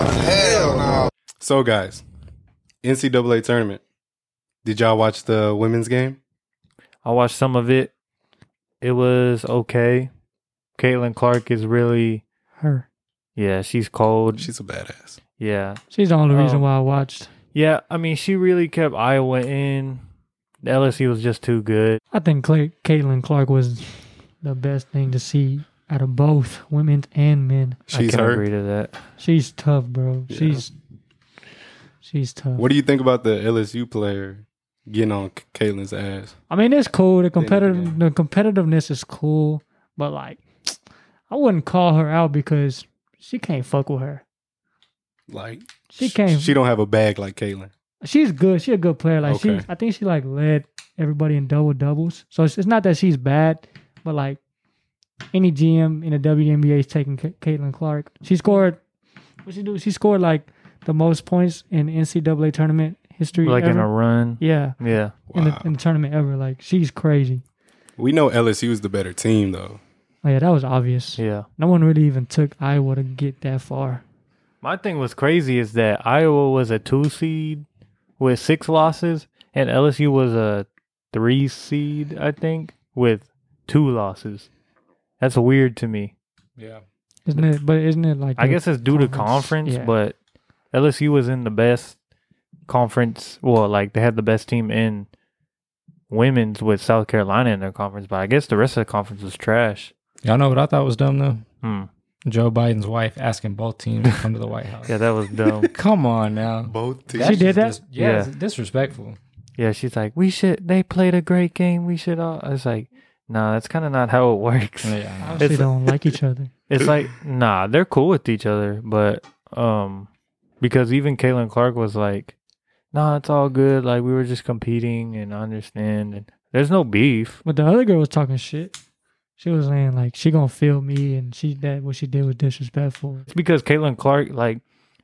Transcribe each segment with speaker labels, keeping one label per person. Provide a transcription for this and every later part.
Speaker 1: hell no.
Speaker 2: So, guys, NCAA tournament. Did y'all watch the women's game?
Speaker 3: I watched some of it. It was okay. Caitlin Clark is really,
Speaker 4: Her.
Speaker 3: yeah, she's cold.
Speaker 2: She's a badass.
Speaker 3: yeah,
Speaker 4: She's the only
Speaker 3: Oh.
Speaker 4: reason why I watched.
Speaker 3: yeah. I mean, she really kept Iowa in. The LSU was just too good.
Speaker 4: I think Cla Caitlin Clark was the best thing to see out of both women and men.
Speaker 3: I
Speaker 2: She's
Speaker 3: can
Speaker 2: hurt.
Speaker 3: agree to that.
Speaker 4: She's tough, bro.
Speaker 2: Yeah.
Speaker 4: She's she's tough.
Speaker 2: What do you think about the LSU player getting on K- Caitlin's ass?
Speaker 4: I mean, it's cool. The
Speaker 2: Think,
Speaker 4: competitive
Speaker 2: yeah.
Speaker 4: the competitiveness is cool, but like, I wouldn't call her out because she can't fuck with her.
Speaker 2: Like
Speaker 4: She can't.
Speaker 2: She don't have a bag like Caitlin.
Speaker 4: she's good. She's a good player. Like
Speaker 2: Okay.
Speaker 4: she, I think she like led everybody in double doubles. So it's, it's not that she's bad, but like any GM in the WNBA is taking Ca Caitlin Clark. She scored. What she do? She scored like the most points in NCAA tournament history.
Speaker 3: Like in
Speaker 4: ever.
Speaker 3: a run.
Speaker 4: yeah,
Speaker 3: Yeah.
Speaker 4: in,
Speaker 2: Wow.
Speaker 4: the, in the tournament ever. Like she's crazy.
Speaker 2: we know LSU is the better team though.
Speaker 4: Oh, yeah, that was obvious.
Speaker 3: Yeah.
Speaker 4: No one really even took Iowa to get that far.
Speaker 3: My thing was crazy is that Iowa was a two seed with six losses, and LSU was a three seed, I think, with two losses. That's weird to me.
Speaker 2: Yeah.
Speaker 4: Isn't it? But isn't it like
Speaker 3: I
Speaker 4: the
Speaker 3: guess it's due to conference,
Speaker 4: Yeah.
Speaker 3: but LSU was in the best conference. Well, like they had the best team in women's with South Carolina in their conference, but I guess the rest of the conference was trash.
Speaker 5: Y'all know what I thought was dumb though?
Speaker 3: Hmm.
Speaker 5: Joe Biden's wife asking both teams to come to the White House.
Speaker 3: Yeah, that was dumb.
Speaker 5: Come on now.
Speaker 2: Both teams.
Speaker 5: That's
Speaker 4: She did
Speaker 5: just dis- yeah,
Speaker 3: Yeah.
Speaker 5: it's disrespectful.
Speaker 3: Yeah, she's like, we should. They played a great game. We should all. I was like, nah, that's kind of not how it works.
Speaker 5: Yeah.
Speaker 4: they
Speaker 3: It's-
Speaker 4: don't like each other?
Speaker 3: It's like, nah, they're cool with each other, but um, because even Caitlin Clark was like, nah, it's all good. Like we were just competing, and I understand. And there's no beef.
Speaker 4: But the other girl was talking shit. She was saying like she gonna feel me, and she that what she did was disrespectful.
Speaker 3: It's because Caitlin Clark, like,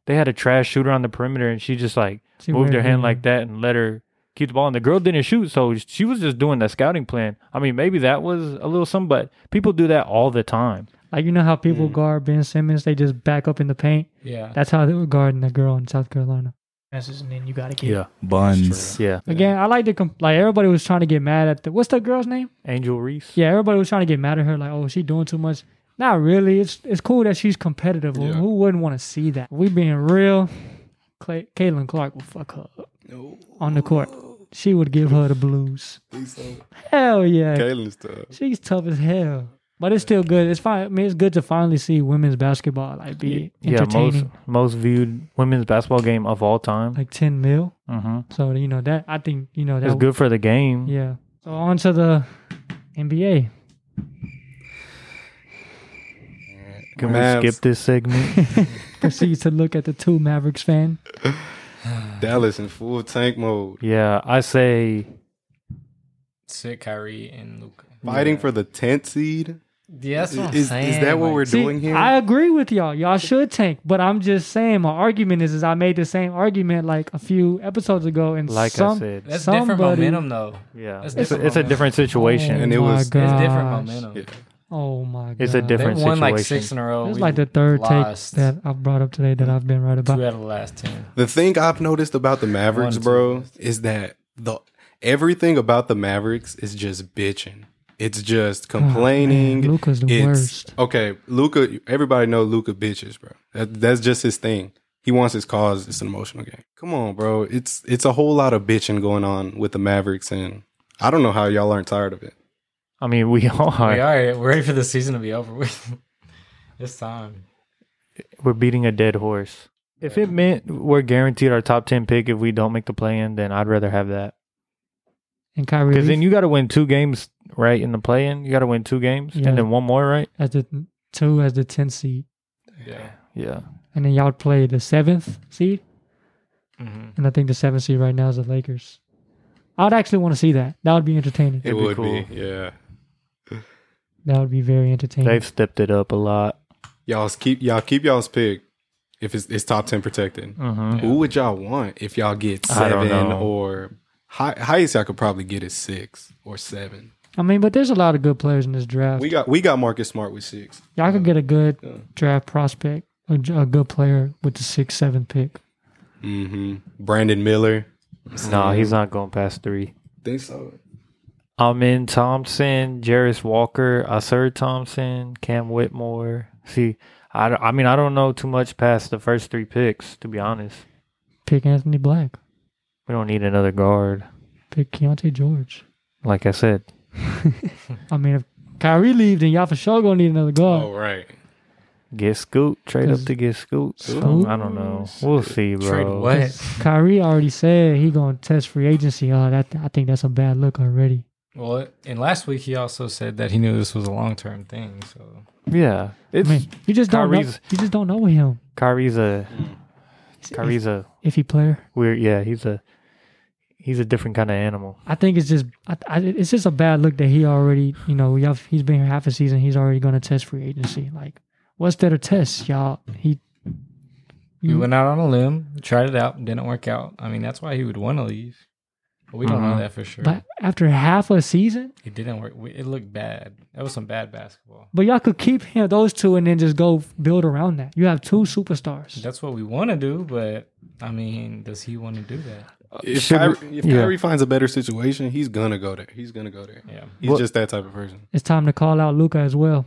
Speaker 3: they had a trash shooter on the perimeter, and she just like
Speaker 4: She
Speaker 3: moved her
Speaker 4: weird,
Speaker 3: hand
Speaker 4: yeah.
Speaker 3: like that and let her keep the ball. And the girl didn't shoot, so she was just doing the scouting plan. I mean, maybe that was a little something, but people do that all the time.
Speaker 4: Like you know how people
Speaker 2: Mm.
Speaker 4: guard Ben Simmons, they just back up in the paint.
Speaker 5: Yeah.
Speaker 4: That's how they were guarding the girl in South Carolina. Passes and then you gotta get.
Speaker 6: Buns.
Speaker 3: Yeah.
Speaker 4: Again, I like to comp- like everybody was trying to get mad at the what's the girl's name?
Speaker 3: Angel Reese.
Speaker 4: Yeah, everybody was trying to get mad at her like, oh, she doing too much. Not really. It's it's cool that she's competitive. Who-
Speaker 2: Yeah.
Speaker 4: Who wouldn't want to see that? We being real, Clay- Caitlin Clark will fuck her up on the court. She would give her the blues. Hell yeah.
Speaker 2: Caitlin's tough.
Speaker 4: She's tough as hell. But it's still good. It's fine. I mean, it's good to finally see women's basketball like be
Speaker 3: Yeah,
Speaker 4: entertaining.
Speaker 3: most most viewed women's basketball game of all time.
Speaker 4: like ten mil.
Speaker 3: hmm
Speaker 4: So you know that I think you know that.
Speaker 3: It's good for the game.
Speaker 4: Yeah. So on to the NBA.
Speaker 3: Can
Speaker 2: Mavs.
Speaker 3: we skip this segment?
Speaker 4: Proceeds to look at the two Mavericks fan.
Speaker 2: Dallas in full tank mode.
Speaker 3: yeah, I say
Speaker 5: Sit Kyrie and Luca.
Speaker 2: Fighting for the 10th seed?
Speaker 5: Yeah, that's what I'm
Speaker 2: Is, is
Speaker 5: saying.
Speaker 2: that what
Speaker 5: like-
Speaker 2: we're
Speaker 4: See,
Speaker 2: doing here?
Speaker 4: I agree with y'all. Y'all should tank, but I'm just saying my argument is, is I made the same argument like a few episodes ago, and
Speaker 3: Like I
Speaker 4: some-
Speaker 3: said.
Speaker 5: That's different
Speaker 4: somebody-
Speaker 5: momentum though.
Speaker 3: yeah.
Speaker 5: That's
Speaker 3: It's a,
Speaker 5: different
Speaker 3: it's a
Speaker 5: moment.
Speaker 3: different situation.
Speaker 2: And it
Speaker 4: oh my
Speaker 2: was-
Speaker 5: It's different
Speaker 4: gosh.
Speaker 5: momentum.
Speaker 2: Yeah.
Speaker 4: Oh my god!
Speaker 3: It's a
Speaker 5: They won
Speaker 3: different situation.
Speaker 5: like six in a row.
Speaker 4: It's
Speaker 5: We
Speaker 4: like the third
Speaker 5: lost
Speaker 4: take that I brought up today that I've been right
Speaker 5: two
Speaker 4: about.
Speaker 5: out of the last ten.
Speaker 2: The thing I've noticed about the Mavericks,
Speaker 5: One, two.
Speaker 2: bro, is that the everything about the Mavericks is just bitching. It's just complaining.
Speaker 4: Oh, man, Luka's the
Speaker 2: it's,
Speaker 4: worst.
Speaker 2: Okay, Luca. Everybody know Luca bitches, bro. That, that's just his thing. He wants his cause. It's an emotional game. Come on, bro. It's it's a whole lot of bitching going on with the Mavericks, and I don't know how y'all aren't tired of it.
Speaker 3: I mean, we all are.
Speaker 5: We
Speaker 3: We
Speaker 5: are we're ready for the season to be over with. it's time.
Speaker 3: are beating a dead horse. If it meant we're guaranteed our top ten pick if we don't make the play in, then I'd rather have that.
Speaker 4: And Kyrie,
Speaker 3: Because then
Speaker 4: Leaf-
Speaker 3: you got to win two games, right? In the play in, you got to win two games,
Speaker 4: Yeah.
Speaker 3: and then one more, right?
Speaker 4: as the two as the tenth seed,
Speaker 5: Yeah.
Speaker 3: Yeah.
Speaker 4: and then y'all play the seventh seed,
Speaker 5: Mm-hmm.
Speaker 4: and I think the seventh seed right now is the Lakers. I'd actually want to see that. That would be entertaining.
Speaker 2: It
Speaker 3: It'd be
Speaker 2: would
Speaker 3: cool.
Speaker 2: be, yeah.
Speaker 4: That would be very entertaining.
Speaker 3: They've stepped it up a lot.
Speaker 2: Y'all's keep y'all keep y'all's pick if it's, it's top ten protected.
Speaker 3: hmm
Speaker 2: Who would y'all want if y'all get
Speaker 3: I don't
Speaker 2: seven
Speaker 3: know.
Speaker 2: or high, highest y'all could probably get is six or seven.
Speaker 4: I mean, but there's a lot of good players in this draft.
Speaker 2: We got we got Marcus Smart with six.
Speaker 4: y'all could get a good
Speaker 2: Yeah.
Speaker 4: draft prospect a, j- a good player with the sixth, seventh pick.
Speaker 2: hmm Brandon Miller.
Speaker 3: No, he's not going past three.
Speaker 2: Think so.
Speaker 3: I'm in Thompson, Jarris Walker, Asir Thompson, Cam Whitmore. See, I, don't- I mean, I don't know too much past the first three picks, to be honest.
Speaker 4: Pick Anthony Black.
Speaker 3: We don't need another guard.
Speaker 4: Pick Keontae George.
Speaker 3: Like I said,
Speaker 4: I mean, if Kyrie leaves, then y'all for sure gonna need another guard.
Speaker 2: Oh right.
Speaker 3: get Scoot. Trade up
Speaker 4: Cause-
Speaker 3: to get Scoot.
Speaker 2: Scoot?
Speaker 3: Some- I don't know. We'll see, bro.
Speaker 5: Trade what?
Speaker 4: Kyrie already said he gonna test free agency. Oh, that I think that's a bad look already.
Speaker 5: Well, and last week he also said that he knew this was a long term thing. So
Speaker 3: Yeah. It's,
Speaker 4: I mean, you just don't know,
Speaker 3: Kyrie's-
Speaker 4: you just don't know with him.
Speaker 3: Kyrie's a, Kyrie's a
Speaker 4: If he player,
Speaker 3: weird, yeah, he's a, he's a different kind of animal.
Speaker 4: I think it's just I, I, it's just a bad look that he already you know y'all, he's been here half a season. He's already gonna test free agency. Like, what's there to test, y'all? He
Speaker 5: we
Speaker 3: Mm-hmm.
Speaker 5: went out on a limb, tried it out, didn't work out. I mean, that's why he would want to leave. But we don't know
Speaker 3: Mhm.
Speaker 5: that for sure.
Speaker 4: but after half a season,
Speaker 5: it didn't work. We- It looked bad. That was some bad basketball.
Speaker 4: but y'all could keep him those two and then just go build around that. You have two superstars.
Speaker 5: That's what we want to do, but I mean, does he want to do that?
Speaker 2: If,
Speaker 3: Uh, Should we-
Speaker 2: Kyrie, if
Speaker 3: yeah.
Speaker 2: Kyrie finds a better situation, he's gonna go there. He's gonna go there.
Speaker 5: Yeah.
Speaker 2: He's
Speaker 3: What-
Speaker 2: just that type of person.
Speaker 4: It's time to call out Luca as well.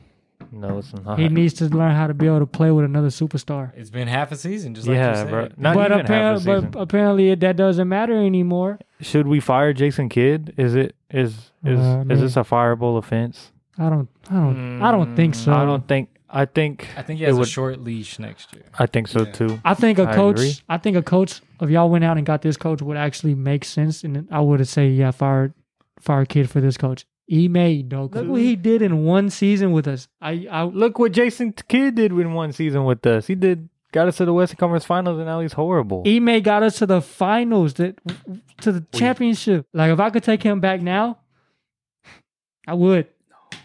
Speaker 3: No, it's not.
Speaker 4: He needs to learn how to be able to play with another superstar.
Speaker 5: It's been half a season, just like you
Speaker 3: yeah,
Speaker 5: said.
Speaker 3: bro. Not even half
Speaker 4: but,
Speaker 3: a
Speaker 4: apparently,
Speaker 3: season.
Speaker 4: but apparently, it, that doesn't matter anymore.
Speaker 3: Should we fire Jason Kidd? Is it is is
Speaker 4: Uh,
Speaker 3: is this a fireable offense?
Speaker 4: I don't, I don't, I don't think so.
Speaker 3: Mm, I don't think. I think.
Speaker 5: I think he
Speaker 3: It
Speaker 5: has
Speaker 3: would-
Speaker 5: a short leash next year.
Speaker 3: I think so
Speaker 2: Yeah.
Speaker 3: too.
Speaker 4: I think a
Speaker 3: I
Speaker 4: coach.
Speaker 3: agree.
Speaker 4: I, think a coach. If y'all went out and got this coach, would actually make sense. And I would have say, yeah, fire, fire kid for this coach. Ime Doku. Look what he did in one season with us. I, I look.
Speaker 3: Look what Jason Kidd did in one season with us. He did got us to the Western Conference Finals, and now he's horrible.
Speaker 4: Ime E got us to the finals, that to the championship. Like if I could take him back now, I would.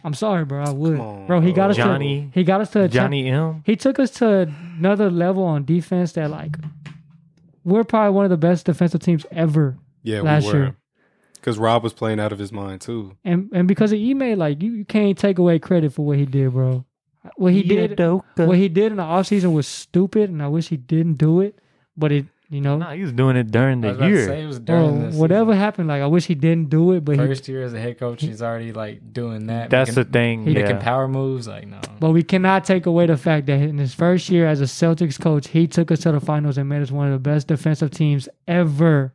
Speaker 4: I'm sorry, bro. I would,
Speaker 2: Come on,
Speaker 4: bro. He got us.
Speaker 3: Johnny-
Speaker 4: To, he got us to a champ-
Speaker 3: Johnny M.
Speaker 4: he took us to another level on defense that like we're probably one of the best defensive teams ever.
Speaker 2: Yeah,
Speaker 4: Last
Speaker 2: we were.
Speaker 4: year.
Speaker 2: Because Rob was playing out of his mind too.
Speaker 4: And and because of Ime, like you, you can't take away credit for what he did, bro. What he did what he did in the offseason was stupid and I wish he didn't do it. But it you know
Speaker 3: Nah, he was doing it during the
Speaker 5: I was about to
Speaker 3: year.
Speaker 5: say it was
Speaker 4: bro,
Speaker 5: during this
Speaker 4: whatever happened, like I wish he didn't do it, but he
Speaker 5: first year as a head coach, he's already like doing that.
Speaker 3: That's
Speaker 5: making,
Speaker 3: the thing.
Speaker 4: he
Speaker 5: making
Speaker 3: Yeah.
Speaker 5: power moves. Like no,
Speaker 4: But we cannot take away the fact that in his first year as a Celtics coach, he took us to the finals and made us one of the best defensive teams ever.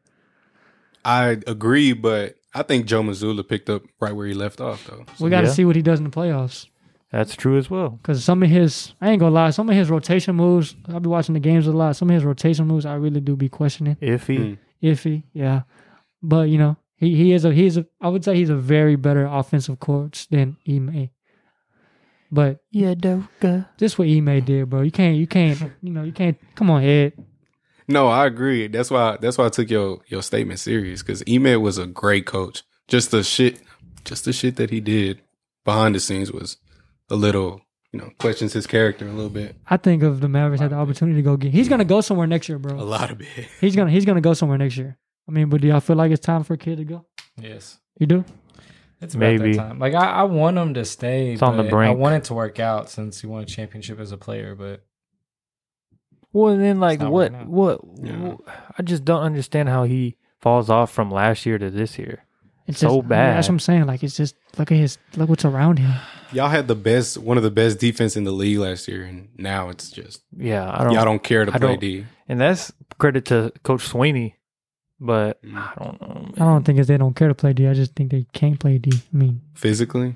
Speaker 2: I agree, but I think Joe Missoula picked up right where he left off though. So
Speaker 4: We got to
Speaker 3: Yeah.
Speaker 4: see what he does in the playoffs.
Speaker 3: That's true as well.
Speaker 4: Because some of his, I ain't going to lie, some of his rotation moves, I'll be watching the games a lot. Some of his rotation moves, I really do be questioning.
Speaker 3: If he
Speaker 2: Mm.
Speaker 4: Iffy, yeah. But, you know, he, he is a, he's a, I would say he's a very better offensive coach than Ime. But
Speaker 3: yeah, Doka.
Speaker 4: just what Ime did, bro. You can't, you can't, you know, you can't, come on, Ed.
Speaker 2: No, I agree. That's why that's why I took your your statement serious because Emit was a great coach. Just the shit, just the shit that he did behind the scenes was a little, you know, questions his character a little bit,
Speaker 4: I think if the Mavericks had the opportunity to go get, he's going to go somewhere next year, bro.
Speaker 2: a lot of bit.
Speaker 4: He's gonna he's gonna go somewhere next year. I mean, but do y'all feel like it's time for a kid to go?
Speaker 5: yes,
Speaker 4: You do?
Speaker 5: it's about
Speaker 3: Maybe.
Speaker 5: that time. Like I, I want him to stay.
Speaker 3: It's on the
Speaker 5: but I
Speaker 3: brink.
Speaker 5: want it to work out since he won a championship as a player. But
Speaker 3: Well, and then like
Speaker 5: not
Speaker 3: what
Speaker 5: working out.
Speaker 3: what
Speaker 2: Yeah.
Speaker 3: wh- I just don't understand how he falls off from last year to this year.
Speaker 4: It's
Speaker 3: So
Speaker 4: just, I mean, that's
Speaker 3: bad.
Speaker 4: what I'm saying. Like it's just look at his look what's around him.
Speaker 2: Y'all had the best, one of the best defense in the league last year, and now it's just
Speaker 3: Yeah, I don't.
Speaker 2: y'all don't care to
Speaker 3: I
Speaker 2: play
Speaker 3: don't-
Speaker 2: D.
Speaker 3: and that's credit to Coach Sweeney. But
Speaker 2: Mm.
Speaker 3: I don't know.
Speaker 4: I
Speaker 3: man.
Speaker 4: don't think it's they don't care to play D. I just think they can't play D. I mean,
Speaker 2: physically.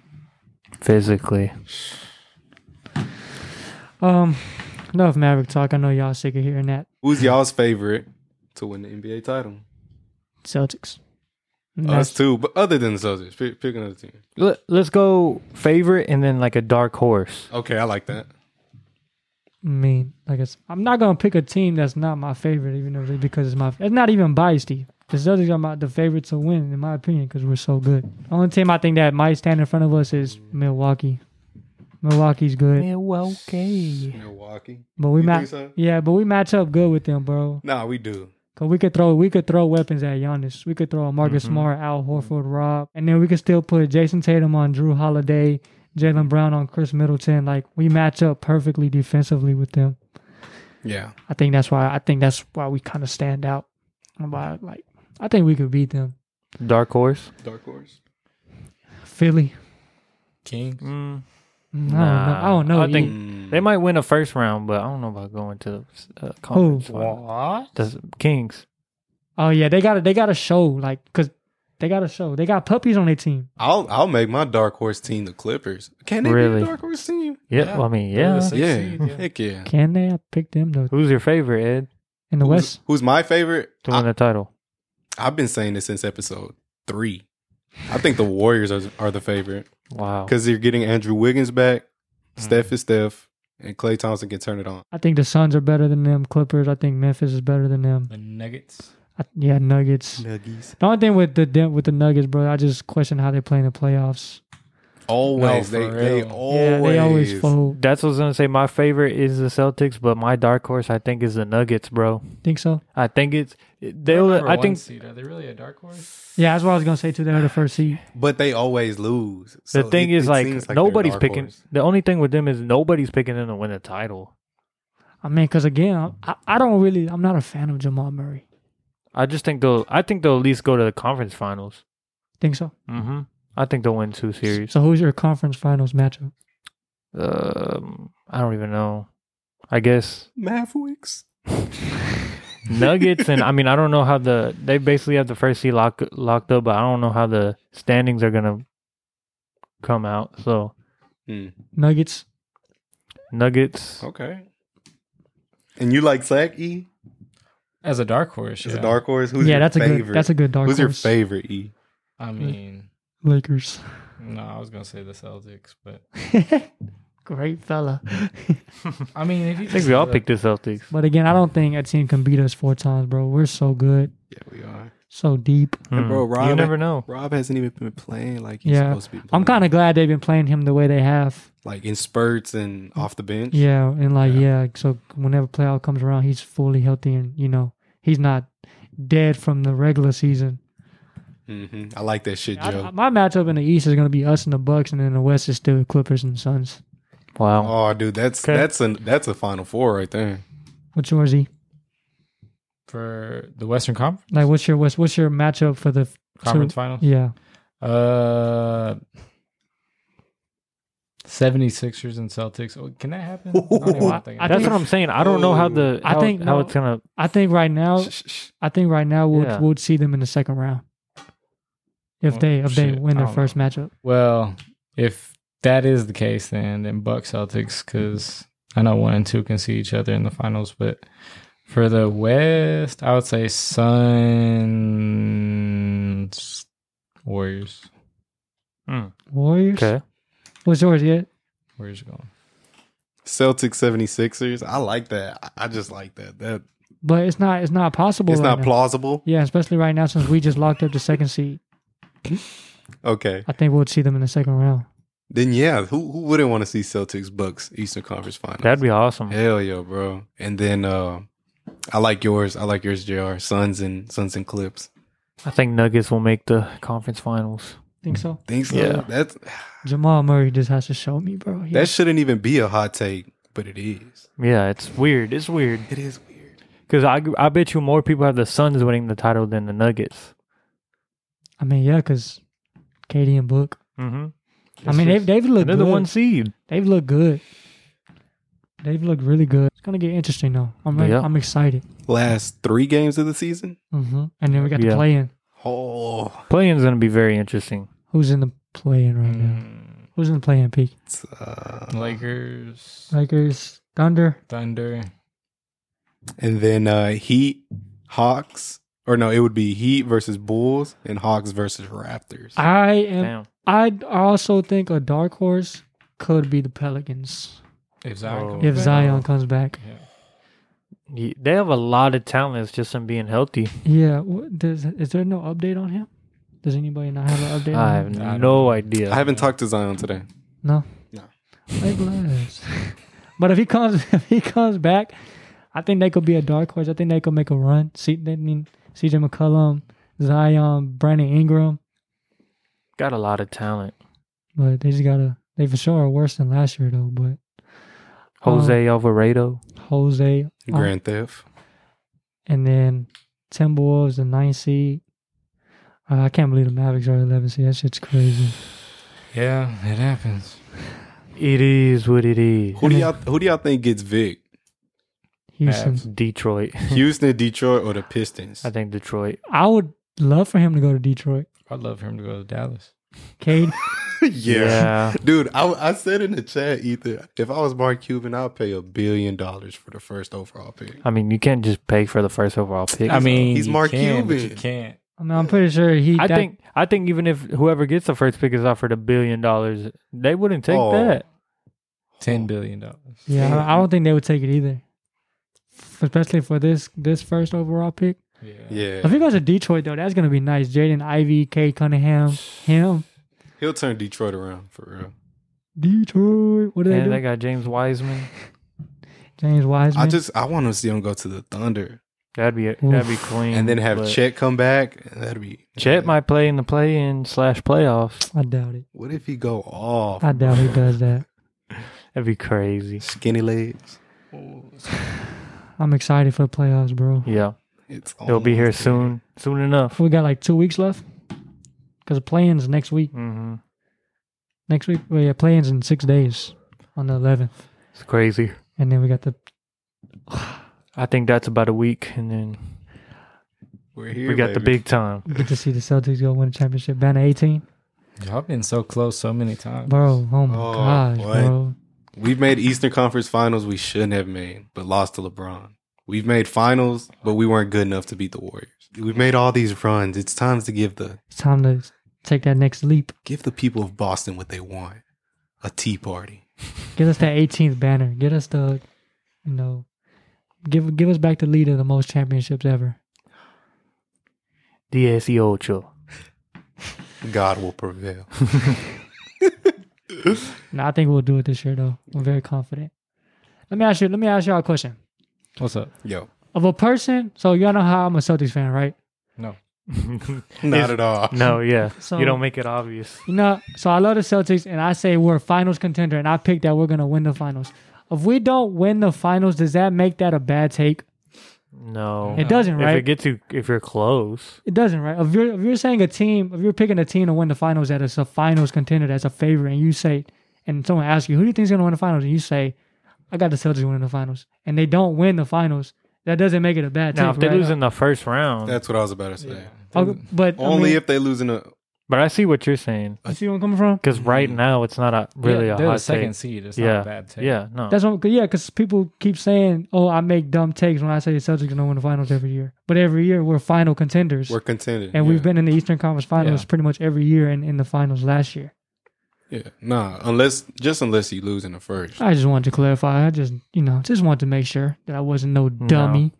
Speaker 3: Physically,
Speaker 4: um, enough Maverick talk. I know y'all sick of hearing that
Speaker 2: Who's y'all's favorite to win the NBA title?
Speaker 4: Celtics. And
Speaker 2: Us
Speaker 4: That's,
Speaker 2: too, but other than the Celtics, pick, pick another team.
Speaker 3: Let, us go favorite and then like a dark horse.
Speaker 2: Okay, I like that.
Speaker 4: I mean, like I said, I'm not gonna pick a team that's not my favorite, even though it's because it's my. It's not even biased. The Celtics are my, the favorite to win, in my opinion, because we're so good. Only team I think that might stand in front of us is Milwaukee. Milwaukee's good.
Speaker 3: Milwaukee.
Speaker 2: Milwaukee.
Speaker 4: But we
Speaker 2: You think
Speaker 4: match,
Speaker 2: so?
Speaker 4: yeah, but we match up good with them, bro.
Speaker 2: Nah, we do.
Speaker 4: Cause we could throw, we could throw weapons at Giannis. We could throw a Marcus Smart, Al Horford, Rob, and then we could still put Jason Tatum on Drew Holiday, Jalen Brown on Chris Middleton. Like we match up perfectly defensively with them.
Speaker 2: Yeah.
Speaker 4: I think that's why I think that's why we kind of stand out. About like I think we could beat them.
Speaker 3: Dark horse.
Speaker 2: Dark horse.
Speaker 4: Philly.
Speaker 5: Kings.
Speaker 3: Mm,
Speaker 4: Mm,
Speaker 3: Nah,
Speaker 4: I don't know. I don't know.
Speaker 3: I think-
Speaker 4: E.
Speaker 2: Mm.
Speaker 3: they might win a first round, but I don't know about going to uh, conference. final.
Speaker 5: What?
Speaker 3: The Kings.
Speaker 4: Oh yeah, they got to They got to show like because they got to show. They got puppies on their team.
Speaker 2: I'll I'll make my dark horse team the Clippers. Can they be
Speaker 3: Really?
Speaker 2: a dark horse team?
Speaker 3: Yeah,
Speaker 5: Yeah.
Speaker 3: well, I mean,
Speaker 5: They're the
Speaker 3: yeah.
Speaker 5: sixth
Speaker 2: Yeah.
Speaker 5: seed, yeah.
Speaker 2: Heck yeah.
Speaker 4: Can they? I picked them though
Speaker 3: Who's your favorite, Ed,
Speaker 4: in the
Speaker 2: Who's-
Speaker 4: West.
Speaker 2: Who's, my favorite?
Speaker 3: to win the title?
Speaker 2: I, have been saying this since episode three. I think the Warriors are, are the favorite
Speaker 3: Wow.
Speaker 2: because they're getting Andrew Wiggins back.
Speaker 4: Hmm.
Speaker 3: Mm.
Speaker 2: Steph is Steph, and Clay Thompson can turn it on.
Speaker 4: I think the Suns are better than them. Clippers. I think Memphis is better than them.
Speaker 5: The Nuggets.
Speaker 4: I, yeah, Nuggets.
Speaker 2: Nuggies.
Speaker 4: The only thing with the Den- with the Nuggets, bro, I just question how they play in the playoffs.
Speaker 2: Always,
Speaker 5: No,
Speaker 2: they,
Speaker 5: for
Speaker 2: they
Speaker 5: real.
Speaker 2: always,
Speaker 4: Yeah, they always fold.
Speaker 3: That's what I was gonna say. My favorite is the Celtics, but my dark horse I think is the Nuggets, bro.
Speaker 4: Think so?
Speaker 3: I think it's
Speaker 5: They're
Speaker 3: they'll.
Speaker 5: number
Speaker 3: I
Speaker 5: one
Speaker 3: think
Speaker 5: seed. Are they really a dark horse?
Speaker 4: Yeah, that's what I was gonna say too. They were the first seed.
Speaker 2: but they always lose.
Speaker 3: the
Speaker 2: So
Speaker 3: thing
Speaker 2: it-
Speaker 3: is
Speaker 2: it
Speaker 3: like,
Speaker 2: seems they're
Speaker 3: nobody's
Speaker 2: dark
Speaker 3: picking.
Speaker 2: horse.
Speaker 3: The only thing with them is nobody's picking them to win a title.
Speaker 4: I mean, because again, I, I don't really. I'm not a fan of Jamal Murray.
Speaker 3: I just think they'll. I think they'll at least go to the conference finals.
Speaker 4: Think so?
Speaker 3: Mm-hmm. I think they'll win two series.
Speaker 4: So who's your conference finals matchup?
Speaker 3: Um, I don't even know. I guess
Speaker 2: Mavericks.
Speaker 3: Nuggets and I mean I don't know how the they basically have the first seed lock, locked up, but I don't know how the standings are gonna come out. So
Speaker 2: Hmm.
Speaker 4: Nuggets.
Speaker 3: Nuggets.
Speaker 4: Oh.
Speaker 2: Okay. And you like Sack E?
Speaker 5: As a dark horse.
Speaker 2: As
Speaker 5: yeah.
Speaker 2: a dark horse? Who's
Speaker 4: yeah,
Speaker 2: your
Speaker 4: that's a
Speaker 2: favorite?
Speaker 4: good. That's a good dark.
Speaker 2: Who's your
Speaker 4: horse.
Speaker 2: favorite E?
Speaker 5: I mean,
Speaker 4: Lakers.
Speaker 5: no, I was gonna say the Celtics, but
Speaker 4: Great fella.
Speaker 5: I mean, if you
Speaker 3: I think we all picked the Celtics.
Speaker 4: but again, I don't think a team can beat us four times, bro. We're so good,
Speaker 2: Yeah, we are.
Speaker 4: so deep.
Speaker 3: Hmm.
Speaker 2: bro,
Speaker 3: you
Speaker 2: Rob-
Speaker 3: never know.
Speaker 2: Rob hasn't even been playing like he's
Speaker 4: Yeah.
Speaker 2: supposed to be. Playing.
Speaker 4: I'm kind of glad they've been playing him the way they have.
Speaker 2: like in spurts and off the bench.
Speaker 4: Yeah, and like yeah. so whenever playoff comes around, he's fully healthy, and you know he's not dead from the regular season.
Speaker 2: hmm I like that shit,
Speaker 4: I-
Speaker 2: Joe.
Speaker 4: I- my matchup in the East is gonna be us and the Bucks, and then the West is still Clippers and Suns.
Speaker 3: Wow.
Speaker 2: oh, dude, that's
Speaker 3: Okay.
Speaker 2: that's an that's a final four right there.
Speaker 4: What's yours, E?
Speaker 5: for the Western Conference
Speaker 4: Like, what's your what's what's your matchup for the f-
Speaker 5: Conference
Speaker 4: two-
Speaker 5: Finals.
Speaker 4: Yeah,
Speaker 5: Uh, 76ers and Celtics. Oh, can that happen? I don't even
Speaker 2: I-
Speaker 5: think-
Speaker 4: I
Speaker 3: That's what I'm saying. I don't know how the
Speaker 4: I
Speaker 3: how,
Speaker 4: think
Speaker 3: how
Speaker 4: no-
Speaker 3: it's gonna
Speaker 4: I think right now,
Speaker 2: Shh, shh, shh.
Speaker 4: I think right now we'll
Speaker 3: Yeah.
Speaker 4: we'll see them in the second round if
Speaker 5: Well,
Speaker 4: they if they
Speaker 5: shit,
Speaker 4: win
Speaker 5: I
Speaker 4: their
Speaker 5: don't
Speaker 4: first matchup.
Speaker 5: Well, if that is the case, then then Bucks Celtics because I know one and two can see each other in the finals, but for the West, I would say Suns Warriors.
Speaker 4: Warriors.
Speaker 3: Okay.
Speaker 4: What's yours yet?
Speaker 5: Warriors are going.
Speaker 2: Celtics 76ers. I like that. I- I just like that. That
Speaker 4: But it's not it's not possible.
Speaker 2: it's
Speaker 4: right
Speaker 2: not
Speaker 4: now.
Speaker 2: plausible.
Speaker 4: Yeah, especially right now since we just locked up the second seed.
Speaker 2: Okay.
Speaker 4: I think we'll see them in the second round.
Speaker 2: Then yeah, who who wouldn't want to see Celtics Bucks Eastern Conference Finals?
Speaker 3: That'd be awesome.
Speaker 2: Hell yeah, bro. And then uh I like yours. I like yours, JR. Suns and Suns and Clips.
Speaker 3: I think Nuggets will make the conference finals.
Speaker 4: Think so?
Speaker 2: Think so?
Speaker 3: Yeah.
Speaker 2: That's
Speaker 4: Jamal Murray just has to show me, bro. He-
Speaker 2: that shouldn't even be a hot take, but it is.
Speaker 3: Yeah, it's weird. It's weird
Speaker 2: It is weird.
Speaker 3: because I I bet you more people have the Suns winning the title than the Nuggets.
Speaker 4: I mean, yeah, because Katie and Book.
Speaker 3: Mm-hmm.
Speaker 4: I mean, they've they've looked
Speaker 3: they're
Speaker 4: good.
Speaker 3: the one seed.
Speaker 4: They've looked good. They've looked really good. It's gonna get interesting though. I'm
Speaker 3: Yeah.
Speaker 4: I'm excited.
Speaker 2: Last three games of the season.
Speaker 4: hmm And then we got the
Speaker 3: Yeah.
Speaker 4: play in.
Speaker 2: Oh,
Speaker 3: Playing's gonna be very interesting.
Speaker 4: Who's in the play in right
Speaker 3: Mm.
Speaker 4: now?
Speaker 2: Mm.
Speaker 4: Who's in the play in peak?
Speaker 2: it's, uh,
Speaker 5: Lakers,
Speaker 4: Lakers, Thunder.
Speaker 5: Thunder.
Speaker 2: and then uh Heat, Hawks, or no, it would be Heat versus Bulls and Hawks versus Raptors.
Speaker 4: I am.
Speaker 3: Damn.
Speaker 4: I also think a dark horse could be the Pelicans
Speaker 5: If Zion,
Speaker 3: Oh.
Speaker 5: comes
Speaker 4: if
Speaker 5: back.
Speaker 4: Zion comes back.
Speaker 5: Yeah.
Speaker 3: Ye- They have a lot of talent. It's just them being healthy.
Speaker 4: Yeah. What, does, is there no update on him? Does anybody not have an update?
Speaker 3: I
Speaker 4: on
Speaker 3: have
Speaker 4: him?
Speaker 5: I don't
Speaker 3: no idea.
Speaker 2: I haven't talked to Zion today.
Speaker 4: No.
Speaker 2: No.
Speaker 4: They blessed. but if he comes, if he comes back, I think they could be a dark horse. I think they could make a run. See, they need CJ McCollum, Zion, Brandon Ingram,
Speaker 3: Got a lot of talent.
Speaker 4: but they just gotta. Uh-huh. They for sure are worse than last year though. But
Speaker 3: Jose Alvarado.
Speaker 4: Jose Oh.
Speaker 2: Grand Theft.
Speaker 4: And then Timberwolves, the ninth seed. Uh, I can't believe the Mavericks are 11 seed. That shit's crazy.
Speaker 5: Yeah, it happens.
Speaker 3: It is what it is.
Speaker 2: Who do y'all who do y'all think gets Vic?
Speaker 4: Houston.
Speaker 5: Mavs.
Speaker 3: Detroit.
Speaker 2: Houston, Detroit, or the Pistons?
Speaker 3: I think Detroit.
Speaker 4: I would love for him to go to Detroit.
Speaker 5: I'd love for him to go to Dallas.
Speaker 4: Cade,
Speaker 2: yeah.
Speaker 3: Yeah.
Speaker 2: Dude, I, I said in the chat, Ethan, if I was Mark Cuban, I'd pay a billion dollars for the first overall pick.
Speaker 3: I mean, you can't just pay for the first overall pick.
Speaker 5: I mean,
Speaker 2: He's
Speaker 5: you
Speaker 2: Mark
Speaker 5: can, but You
Speaker 2: Cuban.
Speaker 5: can't.
Speaker 4: I mean, I'm pretty sure he.
Speaker 3: I
Speaker 4: that-
Speaker 3: think I think even if whoever gets the first pick is offered a billion dollars, they wouldn't take
Speaker 2: Oh.
Speaker 3: that.
Speaker 5: Ten billion dollars.
Speaker 4: Yeah, I- I don't think they would take it either, especially for this this first overall pick.
Speaker 5: Yeah.
Speaker 4: If
Speaker 2: Yeah.
Speaker 4: he goes to Detroit though, that's gonna be nice. Jaden Ivy, Cade Cunningham, him,
Speaker 2: He'll turn Detroit around for real.
Speaker 4: Detroit. What do they
Speaker 3: And
Speaker 4: do?
Speaker 3: they got James Wiseman.
Speaker 4: James Wiseman.
Speaker 2: I just I want to see him go to the Thunder
Speaker 3: That'd be that'd be clean.
Speaker 2: and then have
Speaker 3: but
Speaker 2: Chet come back. That'd be
Speaker 3: Chet might play in the play in slash playoffs.
Speaker 4: I doubt it.
Speaker 2: What if he go off?
Speaker 4: I doubt he does that.
Speaker 3: That'd be crazy.
Speaker 2: Skinny legs.
Speaker 4: I'm excited for the playoffs, bro.
Speaker 3: Yeah,
Speaker 2: It's
Speaker 3: they'll be here
Speaker 2: almost
Speaker 3: soon. Soon enough.
Speaker 4: We got like two weeks left because the play-ins next week.
Speaker 3: hmm
Speaker 4: Next week, well, yeah, play-ins in six days on the 11th,
Speaker 3: It's crazy.
Speaker 4: and then we got the
Speaker 3: I think that's about a week, and then
Speaker 2: We're here.
Speaker 3: we got the
Speaker 2: baby.
Speaker 3: big time.
Speaker 4: we get to see the Celtics go win a championship. Banner 18,
Speaker 5: Y'all been so close so many times.
Speaker 4: bro. Oh my
Speaker 2: Oh,
Speaker 4: gosh,
Speaker 2: what?
Speaker 4: bro.
Speaker 2: We've made Eastern Conference Finals we shouldn't have made, but lost to LeBron. We've made finals, but we weren't good enough to beat the Warriors. We've made all these runs. It's time to give the
Speaker 4: It's time to take that next leap.
Speaker 2: give the people of Boston what they want. A tea party.
Speaker 4: Get us that 18th banner. Get us the, you know, give give us back the lead of the most championships ever.
Speaker 3: DSE E Ocho.
Speaker 2: God will prevail.
Speaker 4: No, I think we'll do it this year though. I'm very confident. Let me ask you. Let me ask y'all a question.
Speaker 5: What's up?
Speaker 2: Yo.
Speaker 4: Of a person, so y'all know how I'm a Celtics fan, right?
Speaker 2: Not at all.
Speaker 3: no, yeah.
Speaker 4: So
Speaker 3: you don't make it obvious.
Speaker 4: You know, so I love the Celtics, and I say we're a finals contender, and I pick that we're gonna win the finals. If we don't win the finals, does that make that a bad take?
Speaker 3: No.
Speaker 4: It doesn't,
Speaker 3: If
Speaker 4: right?
Speaker 3: it gets you, if you're close,
Speaker 4: It doesn't, right? If you're if you're saying a team, if you're picking a team to win the finals that is a finals contender that's a favorite, and you say, and someone asks you, who do you think is gonna win the finals, and you say, I got the Celtics winning the finals, and they don't win the finals, that doesn't make it a bad
Speaker 3: now
Speaker 4: take,
Speaker 3: if they
Speaker 4: right?
Speaker 3: lose in the first round,
Speaker 2: That's what I was about to say.
Speaker 4: Okay, but
Speaker 2: Only
Speaker 4: I mean,
Speaker 2: if they lose in a
Speaker 3: but I see what you're saying
Speaker 4: you see where I'm coming from.
Speaker 3: because right now it's not a really
Speaker 5: yeah,
Speaker 3: a
Speaker 5: they're the
Speaker 3: hot
Speaker 5: second
Speaker 3: take.
Speaker 5: seed. It's
Speaker 3: Yeah.
Speaker 5: not a bad take.
Speaker 3: Yeah, no.
Speaker 4: That's what, yeah, because people keep saying, "Oh, I make dumb takes when I say the Celtics gonna win the finals every year." But every year we're final contenders,
Speaker 2: we're contending.
Speaker 4: and
Speaker 2: Yeah.
Speaker 4: we've been in the Eastern Conference Finals
Speaker 5: Yeah.
Speaker 4: pretty much every year, and in the finals last year.
Speaker 2: Yeah. Nah. Unless just unless you lose in the first.
Speaker 4: I just wanted to clarify. I just, you know, just wanted to make sure that I wasn't no dummy.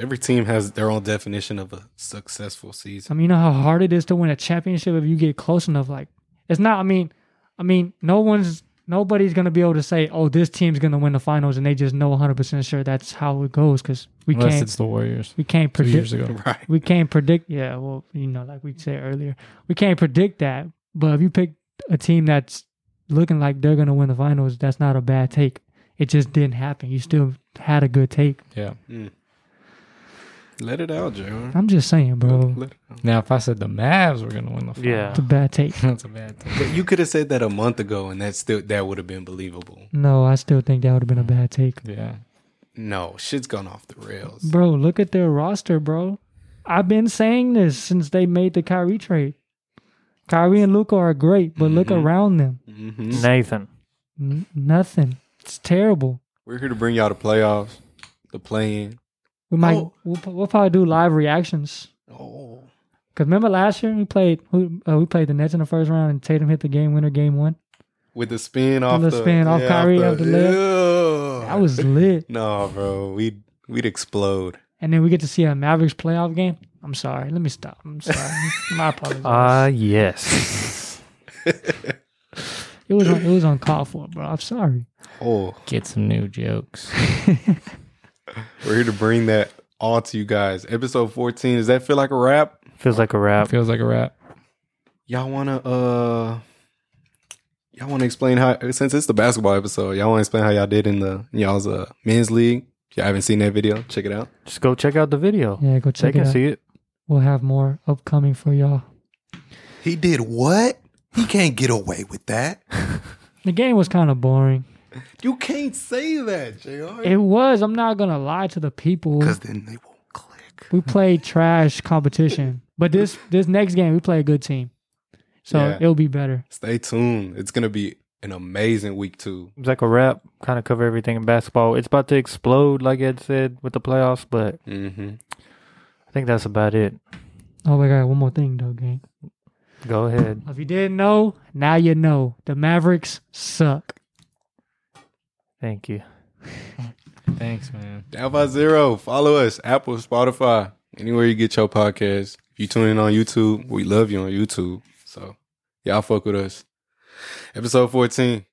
Speaker 2: Every team has their own definition of a successful season.
Speaker 4: I mean, you know how hard it is to win a championship if you get close enough. Like, it's not. I mean, I mean, no one's, nobody's gonna be able to say, "Oh, this team's gonna win the finals," and they just know 100 percent sure that's how it goes because we
Speaker 5: Unless
Speaker 4: can't,
Speaker 5: it's the Warriors.
Speaker 4: we can't
Speaker 5: Two
Speaker 4: predict.
Speaker 5: years ago.
Speaker 2: Right.
Speaker 4: we can't predict. Yeah, well, you know, like we said earlier, we can't predict that. But if you pick a team that's looking like they're gonna win the finals, that's not a bad take. It just didn't happen. You still had a good take.
Speaker 5: Yeah.
Speaker 2: Mm. Let it out, Joe.
Speaker 4: I'm just saying, bro.
Speaker 2: Let it out.
Speaker 5: Now, if I said the Mavs were gonna win the finals,
Speaker 3: yeah.
Speaker 4: It's a bad take.
Speaker 5: that's a bad take.
Speaker 2: But you could have said that a month ago, and that still that would have been believable.
Speaker 4: No, I still think that would have been a bad take,
Speaker 5: Yeah.
Speaker 2: No, shit's gone off the rails.
Speaker 4: bro. Look at their roster, bro. I've been saying this since they made the Kyrie trade. Kyrie and Luca are great, but look
Speaker 2: Mhm.
Speaker 4: around them.
Speaker 2: hmm
Speaker 3: Nathan.
Speaker 4: N- nothing. It's terrible.
Speaker 2: We're here to bring y'all to playoffs, the play-in.
Speaker 4: We might.
Speaker 2: Oh.
Speaker 4: We'll, we'll probably do live reactions.
Speaker 2: Oh,
Speaker 4: Cause remember last year we played who uh, we played the Nets in the first round and Tatum hit the game winner game one.
Speaker 2: with the spin off the,
Speaker 4: little spin off Kyrie, off the leg.
Speaker 2: leg.
Speaker 4: That was lit.
Speaker 2: no, bro. We'd we'd explode.
Speaker 4: And then we get to see a Mavericks playoff game. I'm sorry. Let me stop. I'm sorry. My apologies.
Speaker 3: Ah, yes.
Speaker 4: it was on, it was uncalled for, bro. I'm sorry.
Speaker 2: Oh,
Speaker 5: Get some new jokes.
Speaker 2: we're here to bring that all to you guys. Episode fourteen. Does that feel like a wrap?
Speaker 3: Feels like a wrap.
Speaker 5: Feels like a wrap.
Speaker 2: Y'all wanna uh, y'all wanna explain how since it's the basketball episode, y'all wanna explain how y'all did in the in y'all's uh men's league If you haven't seen that video, check it out.
Speaker 3: Just go check out the video.
Speaker 4: Yeah, go
Speaker 3: they
Speaker 4: check
Speaker 3: can
Speaker 4: it out.
Speaker 3: see it.
Speaker 4: We'll have more upcoming for y'all.
Speaker 1: He did what? He can't get away with that.
Speaker 4: The game was kind of boring.
Speaker 2: You can't say that, JR.
Speaker 4: It was. I'm not gonna lie to the people.
Speaker 1: Because then they won't click.
Speaker 4: We played trash competition, but this this next game we play a good team, so
Speaker 2: Yeah.
Speaker 4: it'll be better.
Speaker 2: Stay tuned. It's gonna be an amazing week too.
Speaker 3: It's like a wrap. Kind of cover everything in basketball. It's about to explode, like Ed said, with the playoffs. But
Speaker 2: Mm-hmm.
Speaker 3: I think that's about it.
Speaker 4: Oh my god, one more thing though, gang.
Speaker 3: Go ahead.
Speaker 4: If you didn't know, now you know. The Mavericks suck.
Speaker 3: Thank you.
Speaker 5: Thanks, man.
Speaker 2: Down by zero. Follow us. Apple, Spotify, anywhere you get your podcast. If you tune in on YouTube, we love you on YouTube. So y'all fuck with us. Episode 14.